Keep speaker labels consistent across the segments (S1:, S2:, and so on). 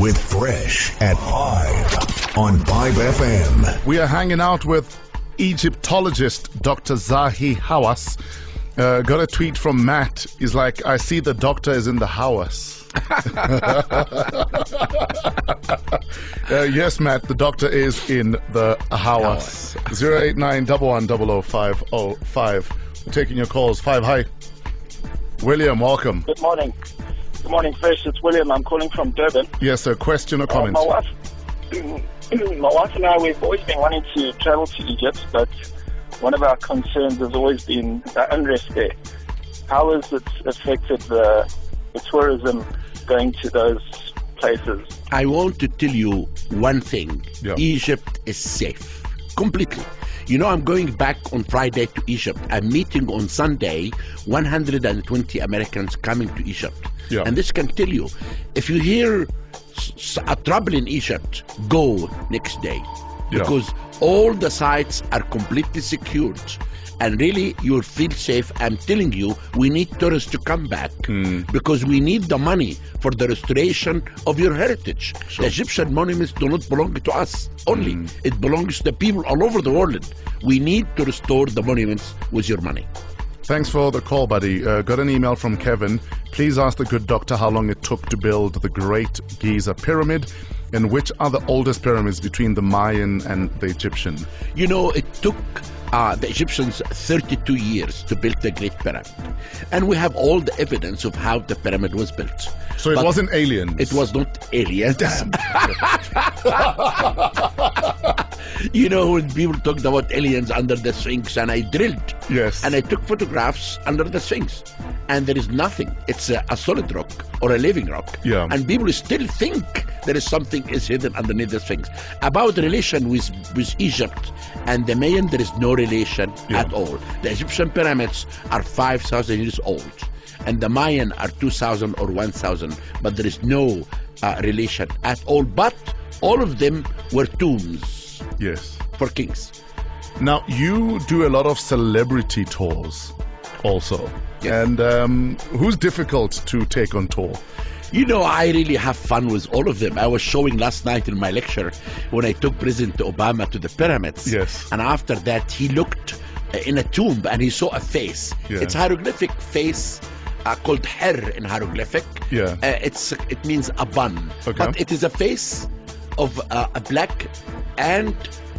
S1: with Fresh at 5 on 5FM.
S2: We are hanging out with Egyptologist Dr. Zahi Hawass. Uh, got a tweet from Matt. He's like, I see the doctor is in the house. uh, yes, Matt, the doctor is in the house. 089 We're taking your calls. Five, hi. William, welcome.
S3: Good morning. Good morning, Fresh. It's William. I'm calling from Durban.
S2: Yes, sir. Question or
S3: Uh,
S2: comment?
S3: my wife, my wife and I, we've always been wanting to travel to Egypt, but one of our concerns has always been the unrest there. How has it affected the, the tourism going to those places?
S4: I want to tell you one thing.
S2: Yeah.
S4: Egypt is safe. Completely. You know, I'm going back on Friday to Egypt. I'm meeting on Sunday 120 Americans coming to Egypt.
S2: Yeah.
S4: And this can tell you if you hear s- s- a trouble in Egypt, go next day.
S2: Yeah.
S4: Because all the sites are completely secured. And really, you'll feel safe. I'm telling you, we need tourists to come back
S2: Hmm.
S4: because we need the money for the restoration of your heritage. The Egyptian monuments do not belong to us only,
S2: Hmm.
S4: it belongs to the people all over the world. We need to restore the monuments with your money.
S2: Thanks for the call, buddy. Uh, got an email from Kevin. Please ask the good doctor how long it took to build the Great Giza Pyramid and which are the oldest pyramids between the Mayan and the Egyptian.
S4: You know, it took uh, the Egyptians 32 years to build the Great Pyramid. And we have all the evidence of how the pyramid was built.
S2: So it
S4: But
S2: wasn't aliens.
S4: It was not aliens. you know, when people talked about aliens under the Sphinx, and I drilled.
S2: Yes.
S4: And I took photographs under the Sphinx, and there is nothing. It's a, a solid rock or a living rock.
S2: Yeah.
S4: And people still think there is something is hidden underneath the Sphinx. About relation with with Egypt and the Mayan, there is no relation
S2: Yeah.
S4: at all. The Egyptian pyramids are 5,000 years old, and the Mayan are 2,000 or 1,000, but there is no uh, relation at all. But all of them were tombs
S2: Yes.
S4: for kings.
S2: Now, you do a lot of celebrity tours also.
S4: Yes.
S2: And um, who's difficult to take on tour?
S4: You know, I really have fun with all of them. I was showing last night in my lecture when I took President Obama to the pyramids.
S2: Yes.
S4: And after that, he looked uh, in a tomb and he saw a face.
S2: Yeah.
S4: It's hieroglyphic face. Uh, called her in hieroglyphic.
S2: Yeah.
S4: Uh, it's it means a bun,
S2: Okay.
S4: but it is a face of uh, a black and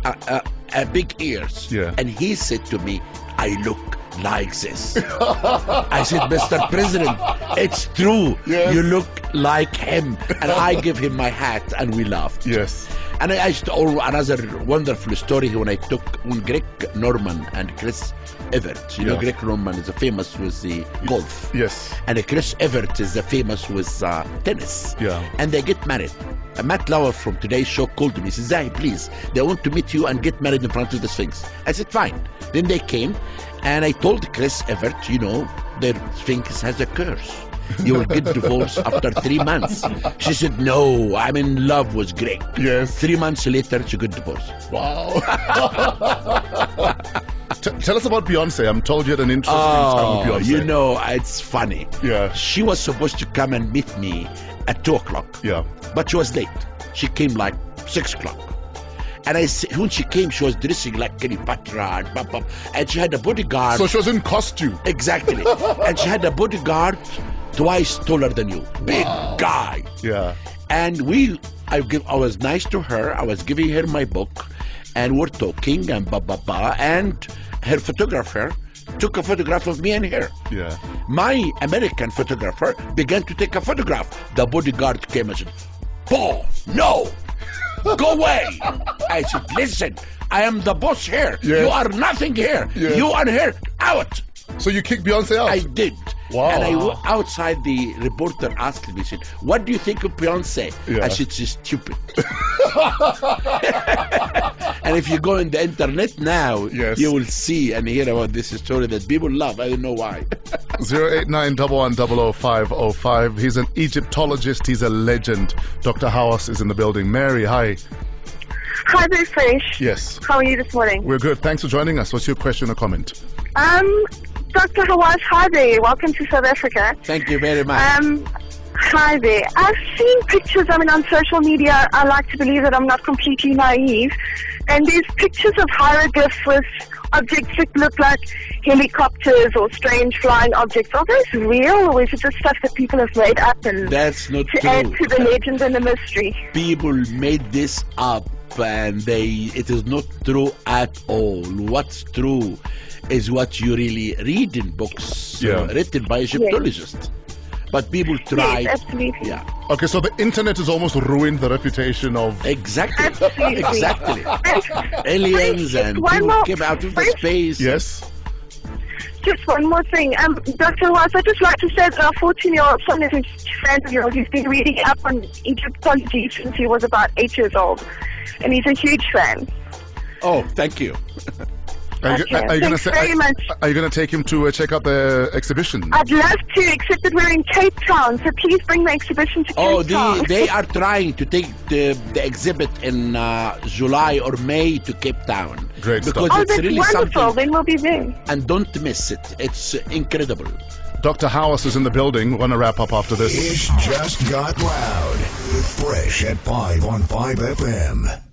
S4: uh, uh, uh, big ears.
S2: Yeah.
S4: And he said to me, "I look like this." I said, Mr. President, it's true.
S2: Yes.
S4: You look like him. And I give him my hat and we laughed.
S2: Yes.
S4: And I asked all another wonderful story when I took when Greg Norman and Chris Everett. You know,
S2: Yeah.
S4: Greg Norman is famous with the golf.
S2: Yes.
S4: And Chris Everett is the famous with uh, tennis.
S2: Yeah.
S4: And they get married. And Matt Lauer from today's show called me. He says, Zahi, please, they want to meet you and get married in front of the Sphinx. I said, fine. Then they came, and I told Chris Everett, you know, the Sphinx has a curse. You will get divorced after three months. She said, no, I'm in love with Greg.
S2: Yes.
S4: Three months later, she got divorced.
S2: T- tell us about Beyonce. I'm told you had an interesting time
S4: Oh,
S2: with Beyonce.
S4: you know, it's funny.
S2: Yeah.
S4: She was supposed to come and meet me at 2 o'clock.
S2: Yeah.
S4: But she was late. She came like six o'clock. And I said, when she came, she was dressing like Cleopatra and blah, blah, and she had a bodyguard.
S2: So she was in costume.
S4: exactly. and she had a bodyguard twice taller than you. Big guy.
S2: Yeah.
S4: And we, I give, I was nice to her. I was giving her my book, and we're talking and blah blah blah. And her photographer took a photograph of me and her.
S2: Yeah.
S4: My American photographer began to take a photograph. The bodyguard came and said, Paul, no, go away. I said, listen, I am the boss here.
S2: Yes.
S4: You are nothing here.
S2: Yes.
S4: You are here. Out.
S2: So you kicked Beyonce out?
S4: I did.
S2: Wow.
S4: And I w- outside the reporter asked me, said, what do you think of Beyonce?
S2: Yeah.
S4: I said, she's stupid. and if you go in the internet now,
S2: Yes.
S4: you will see and hear about this story that people love. I don't know why.
S2: 089-1100505. He's an Egyptologist. He's a legend. Dr. House is in the building. Mary, hi.
S5: Hi, Big Fish.
S2: Yes.
S5: How are you this morning?
S2: We're good. Thanks for joining us. What's your question or comment?
S5: Um, Dr. Hawass, hi there. Welcome to South Africa.
S4: Thank you very much.
S5: Um, try there. I've seen pictures, I mean, on social media, I like to believe that I'm not completely naive. And there's pictures of hieroglyphs with objects that look like helicopters or strange flying objects. Are those real or is it just stuff that people have made up and
S4: That's not
S5: to add to the
S4: true.
S5: legend and the mystery?
S4: people made this up and they it is not true at all what's true is what you really read in books you
S2: Yeah.
S4: know, written by Egyptologists but people tried
S5: Yes, absolutely.
S4: yeah
S2: Okay, so the internet has almost ruined the reputation of.
S4: exactly
S5: Absolutely.
S4: exactly
S5: And
S4: aliens and
S5: Why
S4: people
S5: not?
S4: came out of the
S5: Why-
S4: space
S2: Yes.
S5: Just one more thing. Um, Dr. Wise, I'd just like to say that our 14 year old son is a friend of yours. He's been reading up on Egyptology since he was about eight years old. And he's a huge fan.
S4: oh thank you
S2: Are you,
S5: Okay,
S2: are you gonna
S5: thanks
S2: say-
S5: very
S2: are-
S5: much.
S2: Are you going to take him to uh, check out the exhibition?
S5: I'd love to, except that we're in Cape Town, so please bring the exhibition to
S4: oh
S5: Cape Town.
S4: they they are trying to take the, the exhibit in uh, July or May to Cape Town
S2: Great stuff.
S4: because
S5: Oh,
S4: it's
S5: that's
S4: really
S5: wonderful.
S4: something
S5: Then we'll be there.
S4: and don't miss it it's incredible
S2: Dr. House is in the building. We're going to wrap up after this.
S1: It's just got loud. Fresh at 5 on 5 FM.